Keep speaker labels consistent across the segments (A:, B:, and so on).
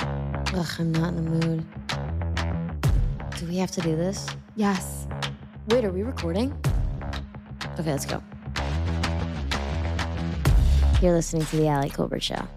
A: Ugh, I'm not in the mood. Do we have to do this?
B: Yes.
A: Wait, are we recording? Okay, let's go. You're listening to The Allie Colbert Show.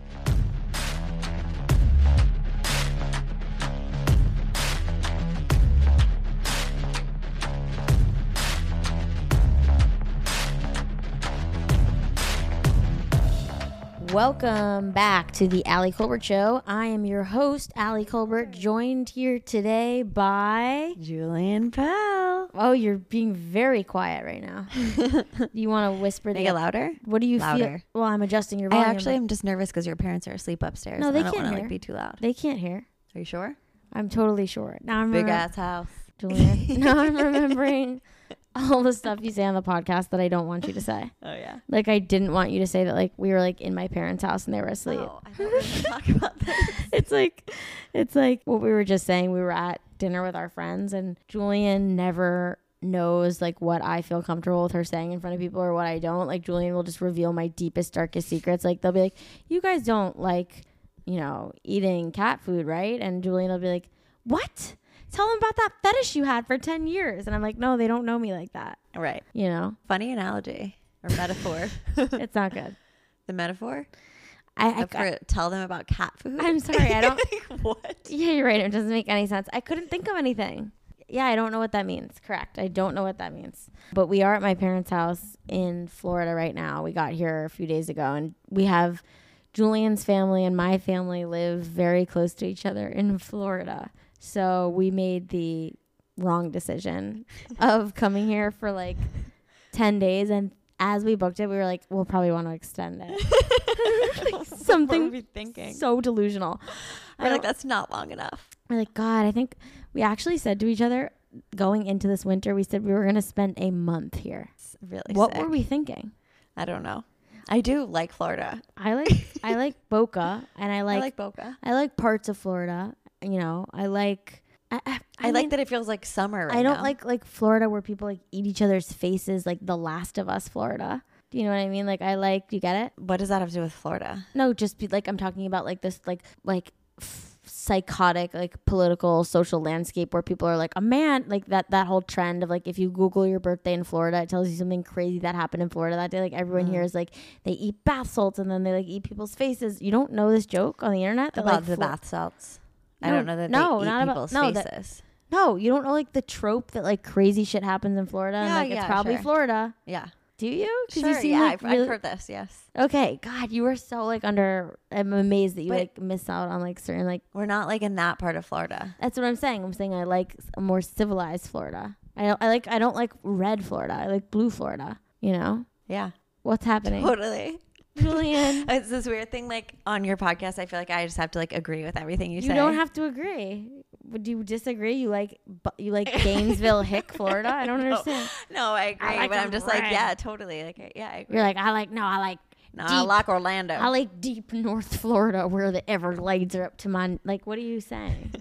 A: Welcome back to The Allie Colbert Show. I am your host, Allie Colbert, joined here today by.
B: Julian Pell.
A: Oh, you're being very quiet right now. Do you want to whisper
B: Make
A: the
B: it louder.
A: What do you
B: Louder.
A: feel? Well, I'm adjusting your
B: I
A: volume.
B: actually
A: but
B: am just nervous because your parents are asleep upstairs.
A: No,
B: and
A: they
B: I don't
A: can't
B: wanna,
A: hear.
B: like be too loud.
A: they Uh-huh. can't hear.
B: Are you sure?
A: I'm totally sure. Now I'm
B: Big
A: remem-
B: ass house.
A: Julian. now I'm remembering all the stuff you say on the podcast that I don't want you to say.
B: Oh yeah.
A: Like I didn't want you to say that like we were like in my parents' house and they were asleep.
B: Oh, I thought we were gonna talk about this.
A: It's like it's like what we were just saying. We were at dinner with our friends and Julian never knows like what I feel comfortable with her saying in front of people or what I don't. Like Julian will just reveal my deepest, darkest secrets. Like they'll be like, You guys don't like, you know, eating cat food, right? And Julian will be like, What? Tell them about that fetish you had for ten years and I'm like, No, they don't know me like that.
B: Right.
A: You know?
B: Funny analogy or metaphor.
A: It's not good.
B: the metaphor.
A: I, I,
B: Of for- tell them about cat food.
A: I'm sorry, I don't
B: like, what?
A: Yeah, you're right. It doesn't make any sense. I couldn't think of anything. Yeah, I don't know what that means. Correct. I don't know what that means. But we are at my parents' house in Florida right now. We got here a few days ago and we have Julian's family and my family live very close to each other in Florida. So we made the wrong decision of coming here for like 10 days and as we booked it, we were like, we'll probably want to extend it. Like,
B: What were
A: something
B: we thinking?
A: so delusional. I
B: We're
A: don't-
B: like that's not long enough.
A: we're like, God, I think we actually said to each other going into this winter, we said we were going to spend a month here.
B: It's really.
A: what
B: sick.
A: were we thinking?
B: I don't know. I do like Florida.
A: I like I like Boca and I like I
B: I
A: like,
B: like Boca.
A: parts of Florida. You know, I like I, I,
B: I, like
A: mean,
B: that it feels like summer. Right
A: I don't
B: now.
A: like like Florida where people like eat each other's faces, like The Last of Us, Florida. Do you know what I mean? Like I like you get it?
B: What does that have to do with Florida?
A: No, just be like I'm talking about like this like like f- psychotic like political social landscape where people are like a man like that that whole trend of like if you google your birthday in Florida it tells you something crazy that happened in Florida that day like everyone
B: Mm.
A: here is like they eat bath salts and then they like eat people's faces you don't know this joke on the internet that,
B: About
A: like,
B: the
A: Flo-
B: bath salts. I
A: No,
B: don't know that
A: no,
B: they eat
A: not about-
B: people's
A: no, that-
B: faces.
A: no you don't know like the trope that like crazy shit happens in Florida and
B: Yeah,
A: like it's
B: yeah,
A: probably
B: sure.
A: Florida
B: yeah,
A: do you 'Cause
B: sure.
A: you seem
B: yeah,
A: like
B: I've,
A: really-
B: I've heard this. Yes,
A: okay god you were so like under I'm amazed that you
B: But-
A: like miss out on like certain like
B: we're not like in that part of Florida.
A: That's what I'm saying. I'm saying I like s- a more civilized Florida. I don't, I like I don't like red Florida. I like blue Florida. You know
B: Yeah,
A: what's happening,
B: totally.
A: Julian?
B: It's this weird thing. Like on your podcast, I feel like I just have to like agree with everything you,
A: You
B: say.
A: don't have to agree. Would you disagree? You like bu- you like Gainesville Hick, Florida? I don't
B: No.
A: understand.
B: No, I agree,
A: like
B: but
A: them
B: I'm just like,
A: red.
B: yeah, totally. Like, yeah, I agree.
A: You're like I like no, I like
B: no, I
A: deep.
B: like Orlando.
A: I like deep North Florida where the Everglades are up to my like. What are you saying?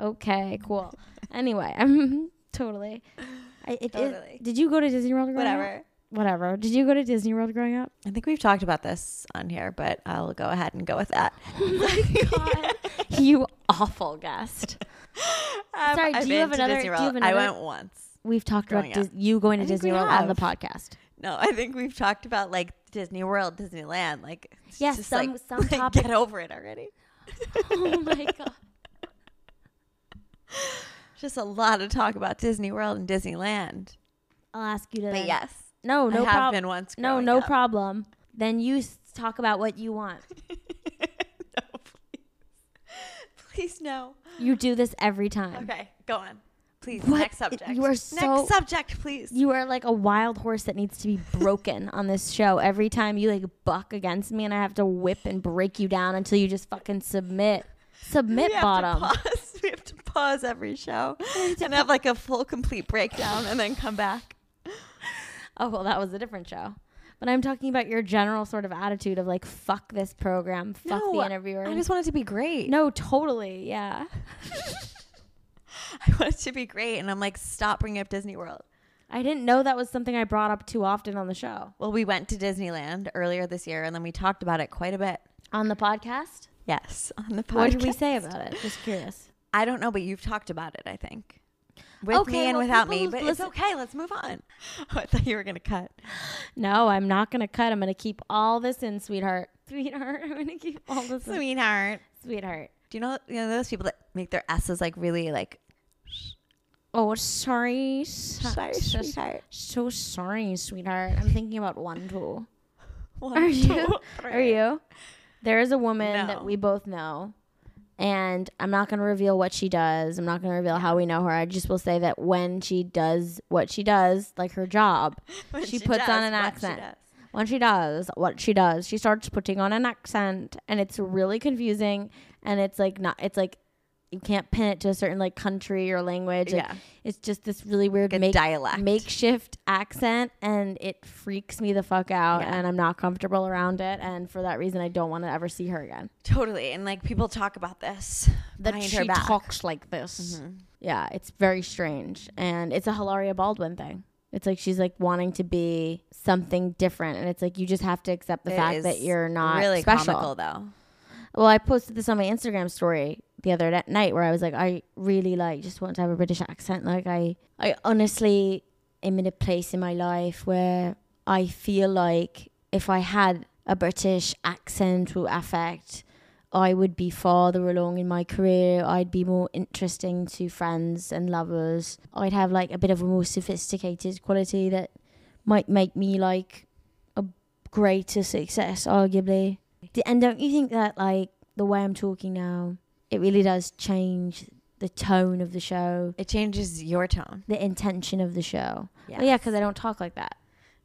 A: okay, cool. Anyway, I'm totally. I, it, it-
B: Totally.
A: did you go to Disney World? Growing Up?
B: Whatever.
A: Whatever. Did you go to Disney World growing up?
B: I think we've talked about this on here, but I'll go ahead and go with that.
A: Oh God. you awful guest.
B: Um,
A: Sorry,
B: I've
A: do you have
B: been to
A: another- do you
B: Disney
A: have
B: World. I
A: another-
B: went once.
A: We've talked
B: Growing
A: about
B: up.
A: Dis- you going to
B: I think
A: Disney
B: we
A: World on
B: have.
A: the podcast.
B: No, I think we've talked about like Disney World, Disneyland, like it's
A: Yeah,
B: just,
A: some-
B: like,
A: some
B: like,
A: topic-
B: Get over it already.
A: oh my god.
B: Just a lot of talk about Disney World and Disneyland.
A: I'll ask you to.
B: But
A: then-
B: yes,
A: No,
B: I
A: Oh, no
B: have
A: problem.
B: been once.
A: No,
B: growing
A: no
B: up.
A: problem. Then you s- talk about what you want.
B: no, please, please no.
A: You do this every time.
B: Okay, go on. Please,
A: What?
B: next subject.
A: You are so-
B: next subject, please.
A: You are like a wild horse that needs to be broken on this show. Every time you like buck against me, and I have to whip and break you down until you just fucking submit, submit
B: we have
A: bottom.
B: To pause. We have to pause every show and have like a full, complete breakdown, and then come back.
A: Oh, well, that was a different show. But I'm talking about your general sort of attitude of like, fuck this program, fuck the interviewer.
B: I just want it to be great.
A: no, totally. Yeah.
B: I want it to be great, and I'm like, stop bringing up Disney World.
A: I didn't know that was something I brought up too often on the show.
B: Well, we went to Disneyland earlier this year, and then we talked about it quite a bit.
A: On the podcast?
B: Yes, on the podcast.
A: What did we say about it? Just curious.
B: I don't know, but you've talked about it. I think with me
A: Okay,
B: and
A: well,
B: without me,
A: people
B: but
A: listen-
B: it's okay. Let's move on. Oh, I thought you were gonna cut.
A: No, I'm not gonna cut. I'm gonna keep all this in, sweetheart. Sweetheart, I'm gonna keep all this in,
B: Sweetheart,
A: sweetheart.
B: do you know you know those people that make their s's like really like
A: Oh, sorry,
B: sorry, sweetheart.
A: So sorry, sweetheart. I'm thinking about one tool.
B: One,
A: Are you-
B: two,
A: Are
B: three.
A: you? There is a woman
B: No.
A: that we both know, and I'm not going to reveal what she does. I'm not going to reveal how we know her. I just will say that when she does what she does, like her job,
B: When
A: She puts on
B: does
A: an
B: what she
A: accent.
B: does.
A: when she does what she does, she starts putting on an accent, and it's really confusing. And it's like not, it's like you can't pin it to a certain like country or language. Like,
B: Yeah,
A: it's just this really weird
B: like a
A: make
B: dialect.
A: makeshift accent and it freaks me the fuck out
B: Yeah.
A: and I'm not comfortable around it and for that reason I don't want to ever see her again.
B: totally, and like people talk about this.
A: That
B: Behind her
A: she Mm-hmm.
B: back. Mm-hmm.
A: talks like this. Yeah, it's very strange and it's a Hilaria Baldwin thing. It's like she's like wanting to be something different and it's like you just have to accept the
B: It
A: fact
B: is
A: that you're not
B: really
A: special.
B: comical though.
A: Well, I posted this on my Instagram story the other da- night where I was like, I really like just want to have a British accent. Like I, I honestly am in a place in my life where I feel like if I had a British accent or affect, I would be farther along in my career. I'd be more interesting to friends and lovers. I'd have like a bit of a more sophisticated quality that might make me like a greater success, arguably. D- And don't you think that like the way I'm talking now, it really does change the tone of the show,
B: It changes your tone.
A: the intention of the show? Well, yeah, because I don't talk like that.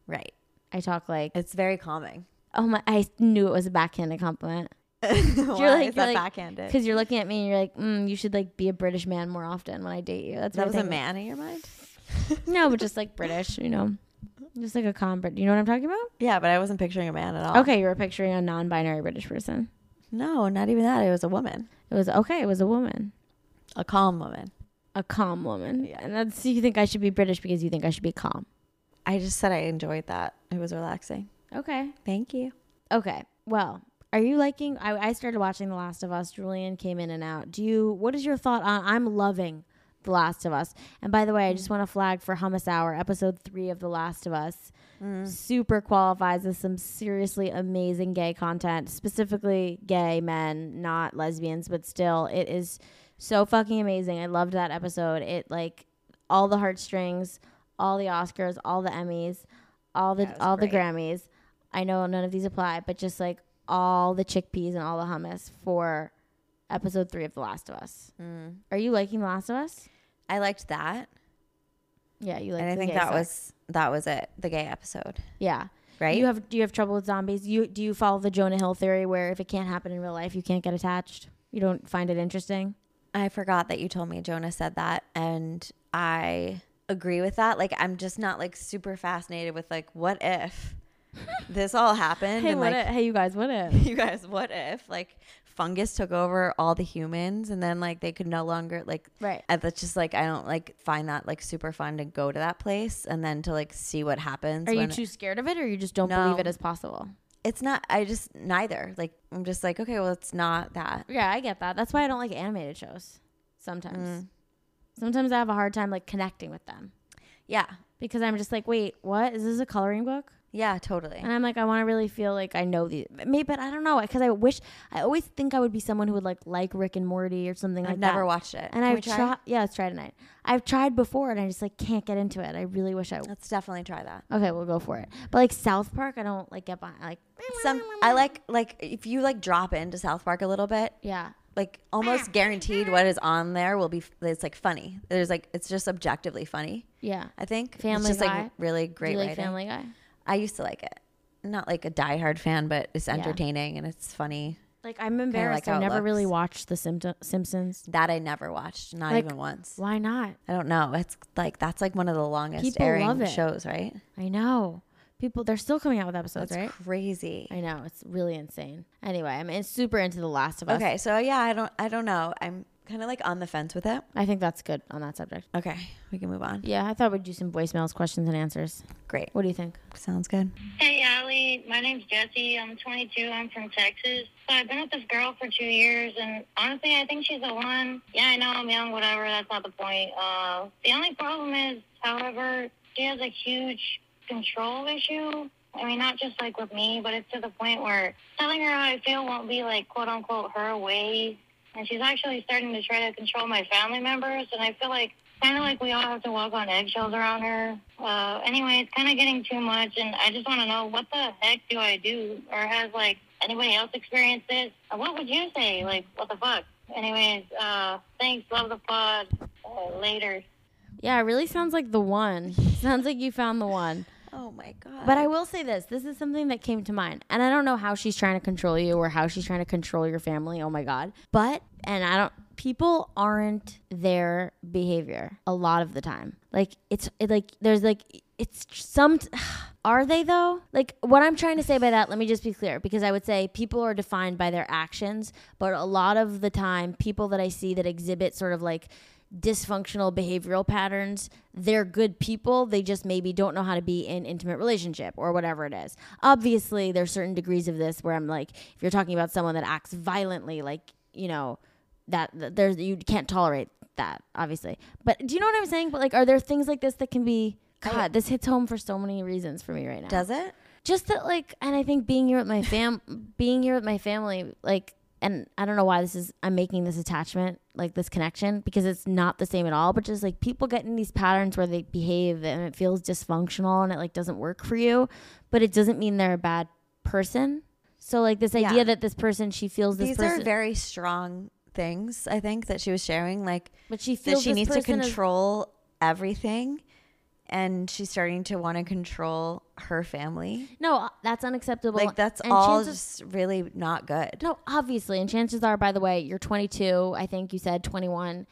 B: right.
A: I talk like,
B: It's very calming.
A: oh my, I knew it was a backhanded compliment
B: Why
A: like-
B: is that
A: you're like-
B: backhanded?
A: because you're looking at me and you're like, mm, you should like be a British man more often when I date you. That's what
B: that
A: I
B: was a
A: think.
B: man in your mind.
A: No, but just like British, you know, just like a con Brit. You know what I'm talking about?
B: Yeah, but I wasn't picturing a man at all.
A: Okay, you were picturing a non-binary British person.
B: No, not even that. It was a woman,
A: It was okay. It was a woman,
B: a calm woman.
A: a calm woman.
B: Yeah.
A: And that's you think I should be British because you think I should be calm.
B: I just said I enjoyed that. It was relaxing.
A: Okay.
B: Thank you.
A: Okay. Well, are you liking? I, I started watching The Last of Us. Julian came in and out. Do you? What is your thought on? I'm loving The Last of Us. And by the way, I just want to flag for Hummus Hour, episode three of The Last of Us.
B: Mm.
A: Super qualifies as some seriously amazing gay content, specifically gay men, not lesbians, but still, it is so fucking amazing. I loved that episode. It like all the heartstrings, all the Oscars, all the Emmys, all the
B: That was
A: all the
B: great.
A: Grammys. I know none of these apply, but just like all the chickpeas and all the hummus for episode three of The Last of Us. Are you liking The Last of Us?
B: I liked that,
A: Yeah, you like.
B: and I
A: the
B: think
A: gay
B: that
A: sex.
B: was that was it. The gay episode,
A: yeah.
B: right?
A: You have do you have trouble with zombies? You do you follow the Jonah Hill theory where if it can't happen in real life, you can't get attached? You don't find it interesting?
B: I forgot that you told me Jonah said that, and I agree with that. Like, I'm just not like super fascinated with like what if this all happened
A: Hey,
B: and
A: what
B: like
A: if- hey, you guys, what if?
B: you guys, what if like fungus took over all the humans and then like they could no longer like
A: Right.
B: I- that's just like I don't like find that like super fun to go to that place and then to like see what happens.
A: Are you
B: when-
A: too scared of it, or you just don't
B: No.
A: believe it is possible?
B: it's not. I just neither. Like I'm just like okay, well it's not that.
A: Yeah, I get that. That's why I don't like animated shows. Sometimes,
B: Mm.
A: sometimes I have a hard time like connecting with them
B: Yeah,
A: because I'm just like, wait, what is this a coloring book?
B: yeah, totally.
A: And I'm like, I want to really feel like I know these. Maybe, but I don't know because I wish I always think I would be someone who would like like Rick and Morty or something
B: I've
A: like
B: never
A: that.
B: watched it.
A: and
B: Can we
A: I've tried. Yeah, let's try tonight. I've tried before, and I just like can't get into it. I really wish I.
B: Let's definitely try that.
A: Okay, we'll go for it. But like South Park, I don't like get behind. Like
B: Some I like like if you like drop into South Park a little bit,
A: Yeah.
B: like almost guaranteed what is on there will be it's like funny. There's like it's just objectively funny.
A: Yeah.
B: I think
A: Family
B: it's just
A: Guy.
B: like really
A: Do
B: great
A: you like
B: writing.
A: Family Guy?
B: I used to like it. Not like a diehard fan, but it's
A: Yeah.
B: entertaining and it's funny.
A: Like I'm embarrassed.
B: like how
A: I
B: it
A: never really
B: looks.
A: watched The Simpto- Simpsons.
B: That I never watched, not
A: Like-
B: even once.
A: Why not?
B: I don't know. It's like that's like one of the longest
A: People
B: airing
A: love it.
B: shows, right?
A: I know people. They're still coming out with episodes,
B: That's
A: right?
B: crazy.
A: I know it's really insane. Anyway, I'm in- super into The Last of Us.
B: Okay, so yeah, I don't I don't know. I'm kind of like on the fence with it.
A: I think that's good on that subject.
B: Okay, we can move on.
A: Yeah, I thought we'd do some voicemails, questions, and answers.
B: Great.
A: What do you think?
B: Sounds good.
C: Hey, Allie. My name's Jesse. I'm 22. I'm from Texas. So I've been with this girl for two years, and honestly, I think she's the one. Yeah, I know I'm young, whatever. That's not the point. Uh, the only problem is, however, she has a huge control issue. I mean, not just like with me, but it's to the point where telling her how I feel won't be like quote unquote her way. And she's actually starting to try to control my family members, and I feel like kind of like we all have to walk on eggshells around her. Uh, anyway, it's kind of getting too much, and I just want to know what the heck do I do, or has like anybody else experienced this? Uh, What would you say? Like, what the fuck? Anyways, uh, thanks. Love the pod. Uh, later.
A: Yeah, it really sounds like the one. sounds like you found the one.
B: Oh my god.
A: But I will say this this is something that came to mind. And I don't know how she's trying to control you or how she's trying to control your family. Oh my God. But, and I don't, people aren't their behavior a lot of the time. Like, it's it, like, there's like, it's some, are they though? Like, what I'm trying to say by that, let me just be clear because I would say people are defined by their actions. But a lot of the time, people that I see that exhibit sort of like, dysfunctional behavioral patterns. They're good people. They just maybe don't know how to be in intimate relationship or whatever it is. Obviously, there's certain degrees of this where I'm like, if you're talking about someone that acts violently, like you know, that, that there's you can't tolerate that obviously. But do you know what I'm saying? But like, are there things like this that can be? God, this hits home for so many reasons for me right now
B: does it?
A: just that like and i think being here with my fam being here with my family like and i don't know why this is i'm making this attachment like this connection because it's not the same at all but just like people get in these patterns where they behave and it feels dysfunctional and it like doesn't work for you but it doesn't mean they're a bad person so like this idea
B: Yeah.
A: that this person she feels this
B: These
A: person
B: are very strong things. I think that she was sharing like
A: but she
B: that
A: feels
B: she
A: this
B: needs to
A: person is-
B: control everything, and she's starting to want to control her family.
A: no uh, that's unacceptable
B: like that's
A: And
B: all
A: chances-
B: just really not good.
A: No, obviously. And chances are, by the way, you're 22. I think you said 21.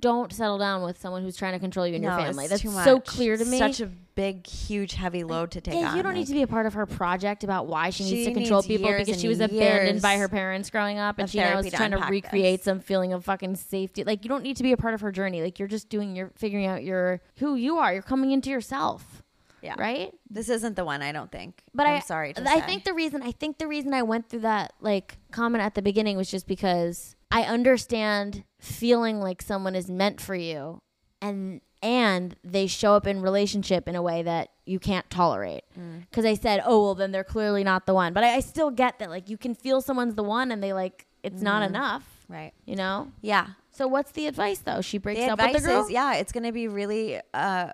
A: Don't settle down with someone who's trying to control you and your
B: No,
A: family.
B: it's
A: That's
B: too
A: so
B: much.
A: clear to me.
B: Such a big, huge, heavy load to take
A: yeah,
B: on.
A: you don't need to be a part of her project about why she, needs
B: She
A: to control
B: needs
A: people
B: years
A: because she
B: and
A: was abandoned
B: years
A: by her parents growing up, and
B: of
A: she now
B: therapy
A: is
B: to
A: trying to
B: unpack
A: recreate
B: this.
A: some feeling of fucking safety. Like you don't need to be a part of her journey. Like you're just doing your figuring out your who you are. You're coming into yourself,
B: Yeah.
A: right?
B: This isn't the one, I don't think.
A: But
B: I'm
A: I-
B: sorry to
A: I
B: say.
A: think the reason I think the reason I went through that like comment at the beginning was just because I understand feeling like someone is meant for you and and they show up in relationship in a way that you can't tolerate.
B: Mm.
A: Cuz I said, "Oh, well then they're clearly not the one." But I, I still get that like you can feel someone's the one and they like it's not
B: Mm-hmm.
A: enough,
B: right.
A: you know?
B: Yeah.
A: So what's the advice though? She breaks
B: the
A: up with the
B: advice
A: girl?
B: is yeah it's going to be really uh,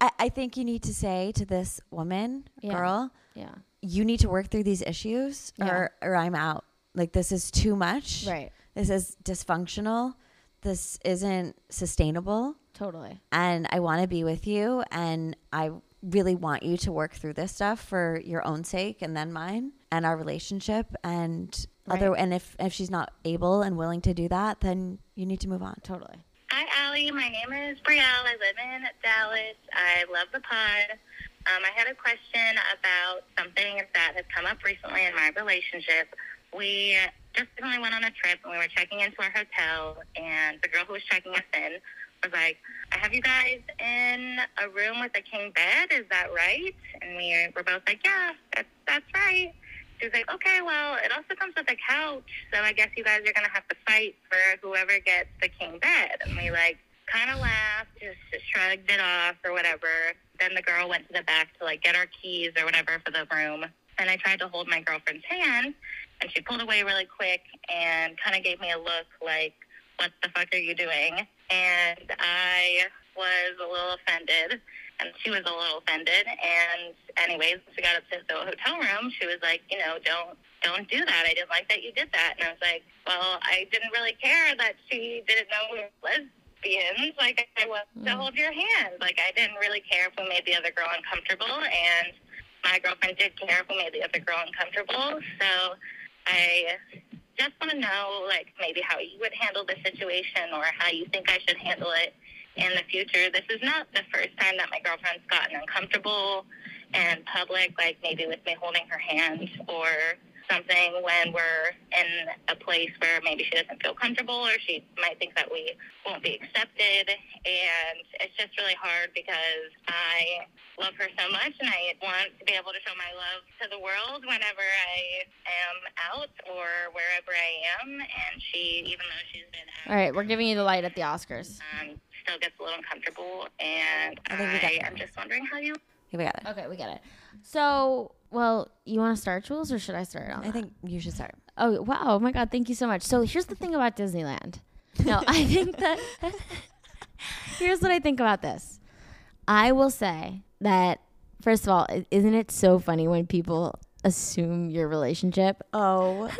B: I, I think you need to say to this woman
A: Yeah.
B: girl
A: yeah.
B: you need to work through these issues or or i'm out like this is too much
A: Right.
B: this is dysfunctional this isn't sustainable
A: Totally.
B: and i want to be with you and i really want you to work through this stuff for your own sake and then mine and our relationship and other and if if she's not able and willing to do that then you need to move on
A: Totally.
C: Hi, Allie. My name is Brielle. I live in Dallas. I love the pod. Um, I had a question about something that has come up recently in my relationship. We just recently went on a trip and we were checking into our hotel, and the girl who was checking us in was like, I have you guys in a room with a king bed. Is that right? And we were both like, Yeah, that's, that's right. She was like, okay, well, it also comes with a couch, so I guess you guys are gonna have to fight for whoever gets the king bed. And we like kind of laughed, just shrugged it off or whatever. Then the girl went to the back to like get our keys or whatever for the room, and I tried to hold my girlfriend's hand, and she pulled away really quick and kind of gave me a look like, what the fuck are you doing? And I was a little offended and she was a little offended. And anyways, once we got up to the hotel room, she was like, you know, don't don't do that. I didn't like that you did that. And I was like, well, I didn't really care that she didn't know we were lesbians. Like I was to hold your hand. Like I didn't really care if we made the other girl uncomfortable. And my girlfriend did care if we made the other girl uncomfortable. So I just want to know, like, maybe how you would handle the situation or how you think I should handle it in the future. This is not the first time that my girlfriend's gotten uncomfortable and public, like maybe with me holding her hand or something when we're in a place where maybe she doesn't feel comfortable or she might think that we won't be accepted. And it's just really hard because I love her so much and I want to be able to show my love to the world whenever I am out or wherever I am. And she, even though she's been out,
A: All right, we're giving you the light at the Oscars.
C: um, still gets a little uncomfortable. And
B: I think we got
C: I
B: that.
C: am just wondering how you
B: Here we got it.
A: Okay, we get it. So, well, you want to start, Jules, or should I start? On
B: I think you should start.
A: Oh wow! Oh my God! Thank you so much. So here's the thing about Disneyland. No, I think that here's what I think about this. I will say that first of all, i- isn't it so funny when people assume your relationship?
B: Oh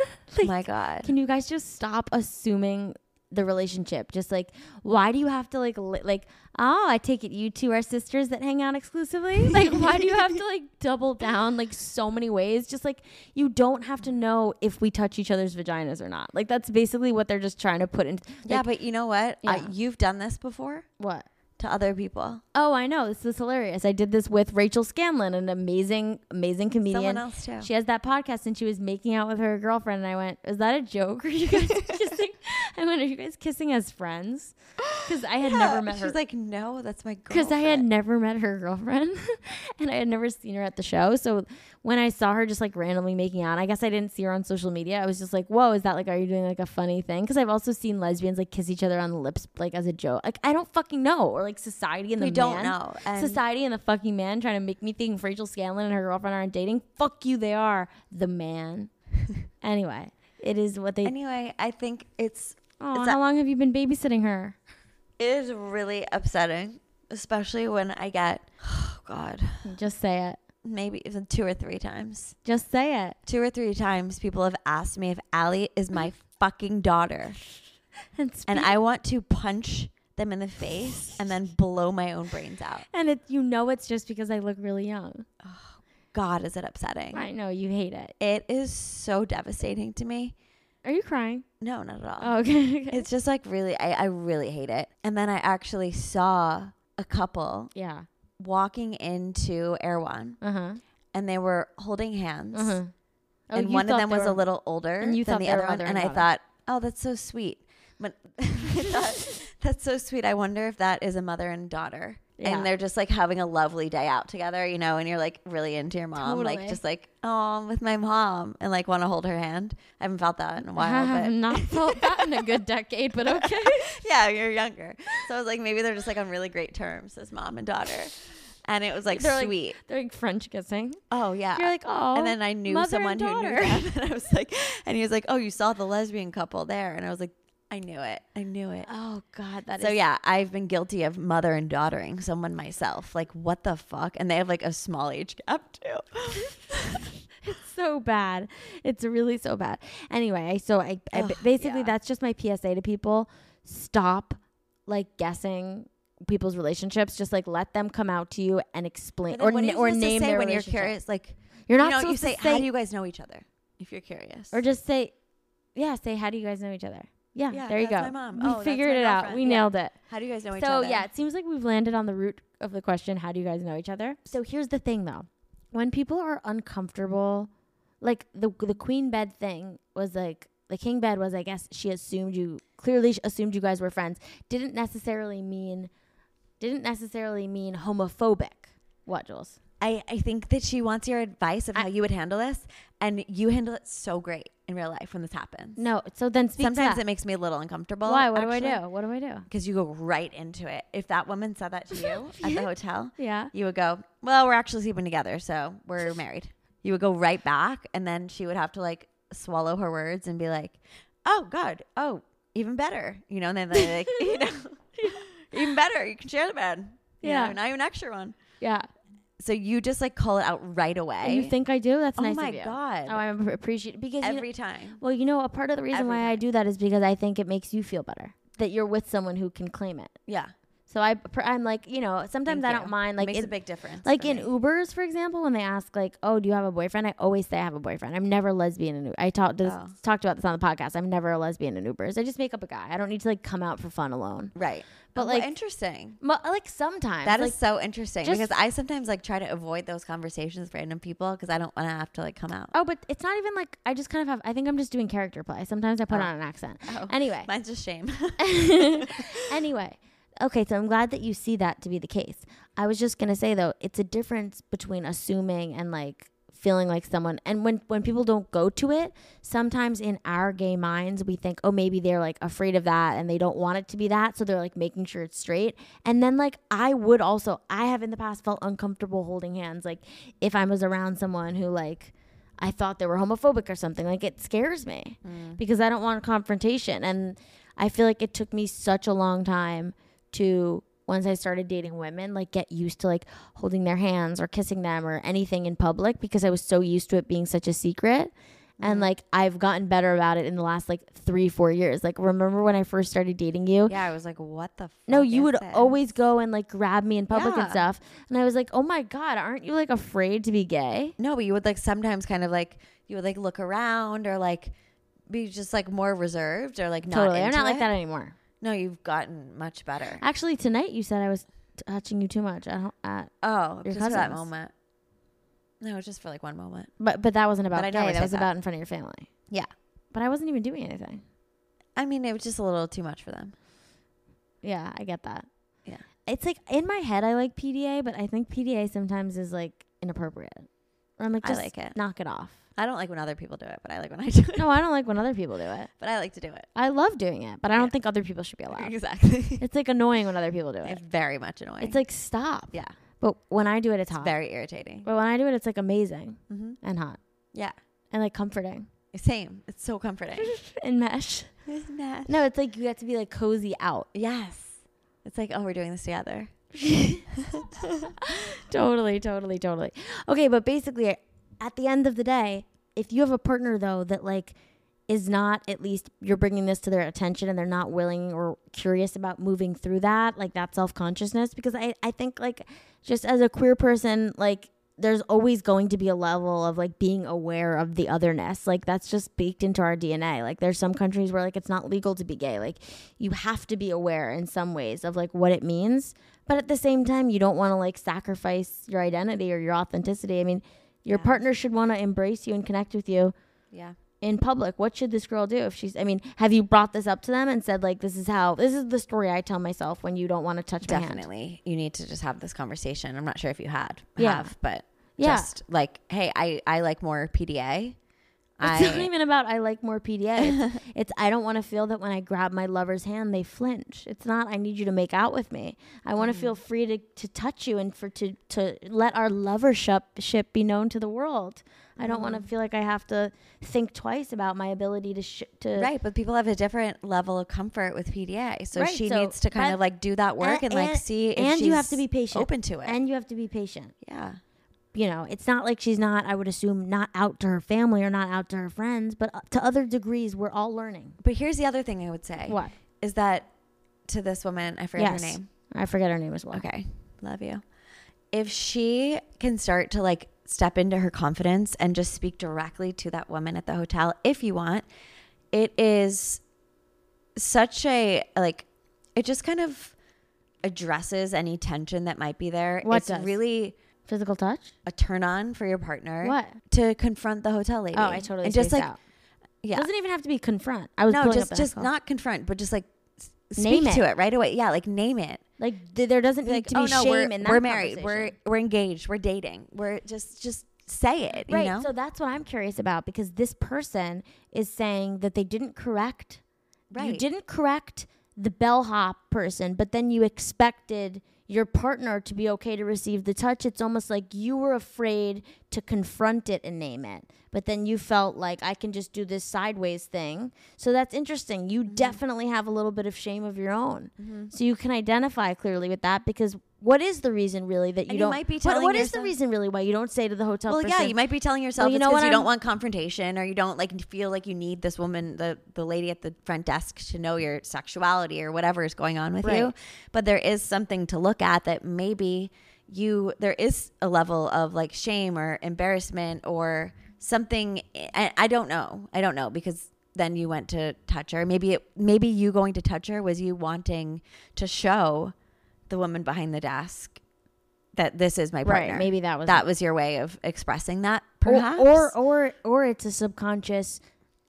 B: my god.
A: Can you guys just stop assuming the relationship? Just like, why do you have to like li- like? Oh, I take it you two are sisters that hang out exclusively. Like, why do you have to like double down like so many ways? Just like you don't have to know if we touch each other's vaginas or not. Like that's basically what they're just trying to put in.
B: yeah,
A: like,
B: but you know what?
A: Yeah.
B: Uh, you've done this before
A: what?
B: to other people.
A: Oh, I know. This is hilarious. I did this with Rachel Scanlon, an amazing, amazing comedian.
B: Someone else too.
A: She has that podcast, and she was making out with her girlfriend, and I went, "Is that a joke? Are you guys kissing?" I went, "Are you guys kissing as friends?" Because I had never met
B: She's
A: her.
B: like, no, that's my girlfriend.
A: because I had never met her girlfriend, and I had never seen her at the show. So when I saw her just like randomly making out, I guess I didn't see her on social media. I was just like, "Whoa, is that like? Are you doing like a funny thing?" Because I've also seen lesbians like kiss each other on the lips, like as a joke. Like I don't fucking know, or like society and the
B: We don't
A: man-
B: know. And-
A: society and the fucking man trying to make me think Rachel Scanlon and her girlfriend aren't dating. Fuck you, they are the man. anyway, it is what they.
B: Anyway, I think it's
A: oh,
B: it's
A: how
B: a-
A: long have you been babysitting her?
B: it is really upsetting, especially when I get, oh god,
A: Just say it.
B: maybe even two or three times.
A: Just say it.
B: Two or three times, people have asked me if Allie is my fucking daughter,
A: And, speak-
B: and I want to punch them in the face and then blow my own brains out.
A: And it, you know it's just because I look really young.
B: God, is it upsetting?
A: I know you hate it.
B: It is so devastating to me.
A: Are you crying?
B: No, not at all.
A: Oh, okay. okay.
B: It's just like really, I, I really hate it. And then I actually saw a couple
A: yeah.
B: walking into Erewhon
A: Uh huh.
B: and they were holding hands.
A: Uh huh.
B: and one of them was a little older
A: and you
B: than
A: thought
B: the
A: they
B: other
A: were
B: one.
A: mother
B: And
A: and
B: I
A: daughter.
B: thought, oh, that's so sweet. But I thought, that's so sweet. I wonder if that is a mother and daughter.
A: Yeah.
B: And they're just like having a lovely day out together, you know, and you're like really into your mom. Like
A: Totally.
B: just like, oh, I'm with my mom and like want to hold her hand. I haven't felt that in a while.
A: I have
B: but
A: not felt that in a good decade, but okay.
B: yeah, you're younger. So I was like, maybe they're just like on really great terms as mom and daughter. And it was like
A: They're like-
B: sweet.
A: They're like French kissing.
B: oh yeah.
A: You're like, oh.
B: and then I knew
A: mother and
B: someone who knew
A: daughter.
B: them, and I was like, and he was like, oh, you saw the lesbian couple there, and I was like, I knew it, I knew it.
A: Oh God, that is
B: so yeah, I've been guilty of mother and daughtering someone myself. Like, what the fuck? And they have like a small age gap too.
A: so bad. It's really so bad. Anyway, I- so I, I ba- basically
B: yeah.
A: that's just my PSA to people: stop like guessing people's relationships. Just like let them come out to you and explain or n- or name
B: say
A: their
B: when you're
A: relationship.
B: curious. Like,
A: You're
B: you
A: not
B: know,
A: supposed
B: you say,
A: to
B: how do you guys know each other? If you're curious,
A: or just say, yeah, say how do you guys know each other? Yeah,
B: Yeah,
A: there you go.
B: that's my mom.
A: We
B: Oh, that's
A: figured
B: my
A: it out.
B: girlfriend.
A: We
B: Yeah.
A: nailed it.
B: how do you guys know each
A: So
B: other?
A: yeah, it seems like we've landed on the root of the question: How do you guys know each other? So here's the thing, though: when people are uncomfortable, like the the queen bed thing was like the king bed was, I guess she assumed you clearly sh- assumed you guys were friends. Didn't necessarily mean didn't necessarily mean homophobic. What, Jules?
B: I, I think that she wants your advice of how you would handle this, and you handle it so great in real life when this happens.
A: No. So then speak
B: Sometimes
A: to
B: it
A: that.
B: makes me a little uncomfortable.
A: Why? What do I do? What do I do?
B: Because you go right into it. If that woman said that to you at the hotel,
A: Yeah.
B: you would go, Well, we're actually sleeping together, so we're married. You would go right back, and then she would have to like swallow her words and be like, Oh, God. Oh, even better. You know, and then they like, You know, even better. You can share the bed. You
A: Yeah.
B: Know, now you have an extra one.
A: Yeah.
B: So you just like call it out right away.
A: And you think I do? That's
B: Oh
A: nice
B: my
A: of you.
B: God.
A: Oh, I'm appreciative because you know-
B: every time.
A: Well, you know, a part of the reason
B: Every
A: why I
B: time.
A: do that is because I think it makes you feel better that you're with someone who can claim it.
B: Yeah.
A: So I, pr- I'm like, you know, sometimes I
B: Thank
A: don't
B: you.
A: mind. Like
B: makes
A: it-
B: a big difference.
A: Like
B: for
A: in
B: me.
A: Ubers, for example, when they ask like, "Oh, do you have a boyfriend?" I always say I have a boyfriend. I'm never lesbian in Uber. I talked this,
B: Oh.
A: talked about this on the podcast. I'm never a lesbian in Ubers. I just make up a guy. I don't need to like come out for fun alone.
B: right?
A: But,
B: Oh,
A: like,
B: interesting.
A: Mo- like sometimes
B: That is
A: like,
B: so interesting
A: just-
B: because I sometimes like try to avoid those conversations with random people because I don't want to have to like come out.
A: Oh, but it's not even like I just kind of have. I think I'm just doing character play. Sometimes I put
B: Oh.
A: on an accent.
B: Oh,
A: Anyway,
B: mine's just shame.
A: anyway, okay. So I'm glad that you see that to be the case. I was just gonna say though, it's a difference between assuming and like feeling like someone. And when when people don't go to it, sometimes in our gay minds we think, oh, maybe they're like afraid of that and they don't want it to be that, so they're like making sure it's straight. And then like I would also, I have in the past felt uncomfortable holding hands, like if I was around someone who like. I thought they were homophobic or something. Like it scares me because I don't want confrontation. And I feel like it took me such a long time to once I started dating women, like get used to like holding their hands or kissing them or anything in public because I was so used to it being such a secret.
B: Mm-hmm.
A: And like I've gotten better about it in the last like three, four years. Like remember when I first started dating you?
B: yeah, I was like, what the? Fuck
A: No, you
B: is
A: would
B: this?
A: always go and like grab me in public and
B: Yeah.
A: stuff. And I was like, oh my God, aren't you like afraid to be gay?
B: No, but you would like sometimes kind of like you would like look around or like be just like more reserved or like not.
A: totally. I'm
B: into
A: not like
B: it.
A: that anymore.
B: No, you've gotten much better.
A: Actually, tonight you said I was touching you too much. I don't, uh,
B: Oh,
A: Your
B: just for that
A: cousins.
B: moment. No, just for like one moment.
A: but but that wasn't about
B: But I
A: gay.
B: know I
A: That
B: said
A: was
B: that.
A: about in front of your family.
B: Yeah.
A: But I wasn't even doing anything.
B: I mean, it was just a little too much for them.
A: Yeah, I get that.
B: Yeah.
A: It's like in my head I like PDA, but I think PDA sometimes is like inappropriate. Or I'm like,
B: I
A: just
B: like it.
A: knock it off.
B: I don't like when other people do it, but I like when I do it.
A: No, I don't like when other people do it.
B: But I like to do it.
A: I love doing it, but I don't
B: Yeah.
A: think other people should be allowed.
B: Exactly.
A: It's like annoying when other people do it.
B: it's very much annoying.
A: It's like stop.
B: yeah,
A: But when I do it, it's
B: it's
A: hot.
B: very irritating.
A: but when I do it, it's like amazing
B: Mm-hmm.
A: and hot
B: Yeah,
A: and like comforting
B: same. It's so comforting.
A: and mesh.
B: Isn't that?
A: No, it's like you have to be like cozy out.
B: Yes. It's like, oh, we're doing this together.
A: totally, totally, totally. Okay, but basically, at the end of the day, if you have a partner though that like is not at least you're bringing this to their attention and they're not willing or curious about moving through that, like that self consciousness, because I I think like just as a queer person, like there's always going to be a level of like being aware of the otherness. Like that's just baked into our DNA. Like there's some countries where like it's not legal to be gay. Like you have to be aware in some ways of like what it means. But at the same time, you don't want to like sacrifice your identity or your authenticity. I mean, your
B: Yeah.
A: partner should want to embrace you and connect with you
B: Yeah.
A: in public. What should this girl do if she's I mean, have you brought this up to them and said like this is how this is the story I tell myself when you don't want to touch my hand.
B: Definitely. You need to just have this conversation. I'm not sure if you had,
A: Yeah.
B: have, but
A: Yeah.
B: just like, hey, I, I like more PDA.
A: It's not
B: I,
A: even about I like more PDA. It's, it's I don't want to feel that when I grab my lover's hand they flinch. It's not I need you to make out with me. I want to feel
B: Mm.
A: free to, to touch you and for to to let our lovership ship be known to the world. I don't
B: Mm.
A: want to feel like I have to think twice about my ability to sh- to
B: right. But people have a different level of comfort with PDA. So
A: Right,
B: she
A: so-
B: needs to kind
A: but-
B: of like do that work and, like see if
A: and you have to
B: she's
A: be patient
B: open to it.
A: and you have to be patient.
B: yeah.
A: you know, it's not like she's not, I would assume, not out to her family or not out to her friends, but uh, to other degrees, we're all learning.
B: But here's the other thing I would say
A: What?
B: is that to this woman, I forget
A: Yes.
B: her name.
A: I forget her name as well.
B: Okay. Love you. If she can start to like step into her confidence and just speak directly to that woman at the hotel if you want, it is such a like it just kind of addresses any tension that might be there.
A: What
B: it's
A: does?
B: really
A: Physical touch?
B: a turn on for your partner.
A: What?
B: To confront the hotel lady.
A: Oh, I totally
B: and just
A: spaced
B: like
A: out.
B: yeah.
A: Doesn't even have to be confront. I was
B: No,
A: pulling up
B: just
A: the
B: just
A: article.
B: not confront, but just like s-
A: Name
B: speak
A: it.
B: to it right away. Yeah, like name it.
A: like th- there doesn't
B: Be
A: need
B: like,
A: to be
B: oh no,
A: shame
B: we're,
A: in that
B: we're married, we're
A: conversation.
B: we're engaged, we're dating, we're just just say it, you
A: right.
B: know?
A: So that's what I'm curious about because this person is saying that they didn't correct You didn't correct the bellhop person, but then you expected your partner to be okay to receive the touch. It's almost like you were afraid to confront it and name it, but then you felt like I can just do this sideways thing. So that's
B: Mm-hmm.
A: interesting. You definitely have a little bit of shame of your own. So you can identify clearly with that because what is the reason really that you
B: And you
A: don't?
B: might be
A: what-
B: telling
A: what is the
B: yourself-
A: reason really why you don't say to the hotel?
B: Well, yeah,
A: person,
B: you might be telling yourself
A: you
B: it's
A: know
B: 'cause
A: what,
B: you don't
A: I'm-
B: want confrontation or you don't like feel like you need this woman, the the lady at the front desk, to know your sexuality or whatever is going on with you.
A: Right.
B: But there is something to look at that maybe you there is a level of like shame or embarrassment or something. I, I don't know. I don't know because then you went to touch her. Maybe it maybe you going to touch her was you wanting to show the woman behind the desk that this is my
A: Right,
B: partner.
A: maybe that was
B: that
A: it.
B: was your way of expressing that,
A: Or-
B: perhaps.
A: Or, or or it's a subconscious.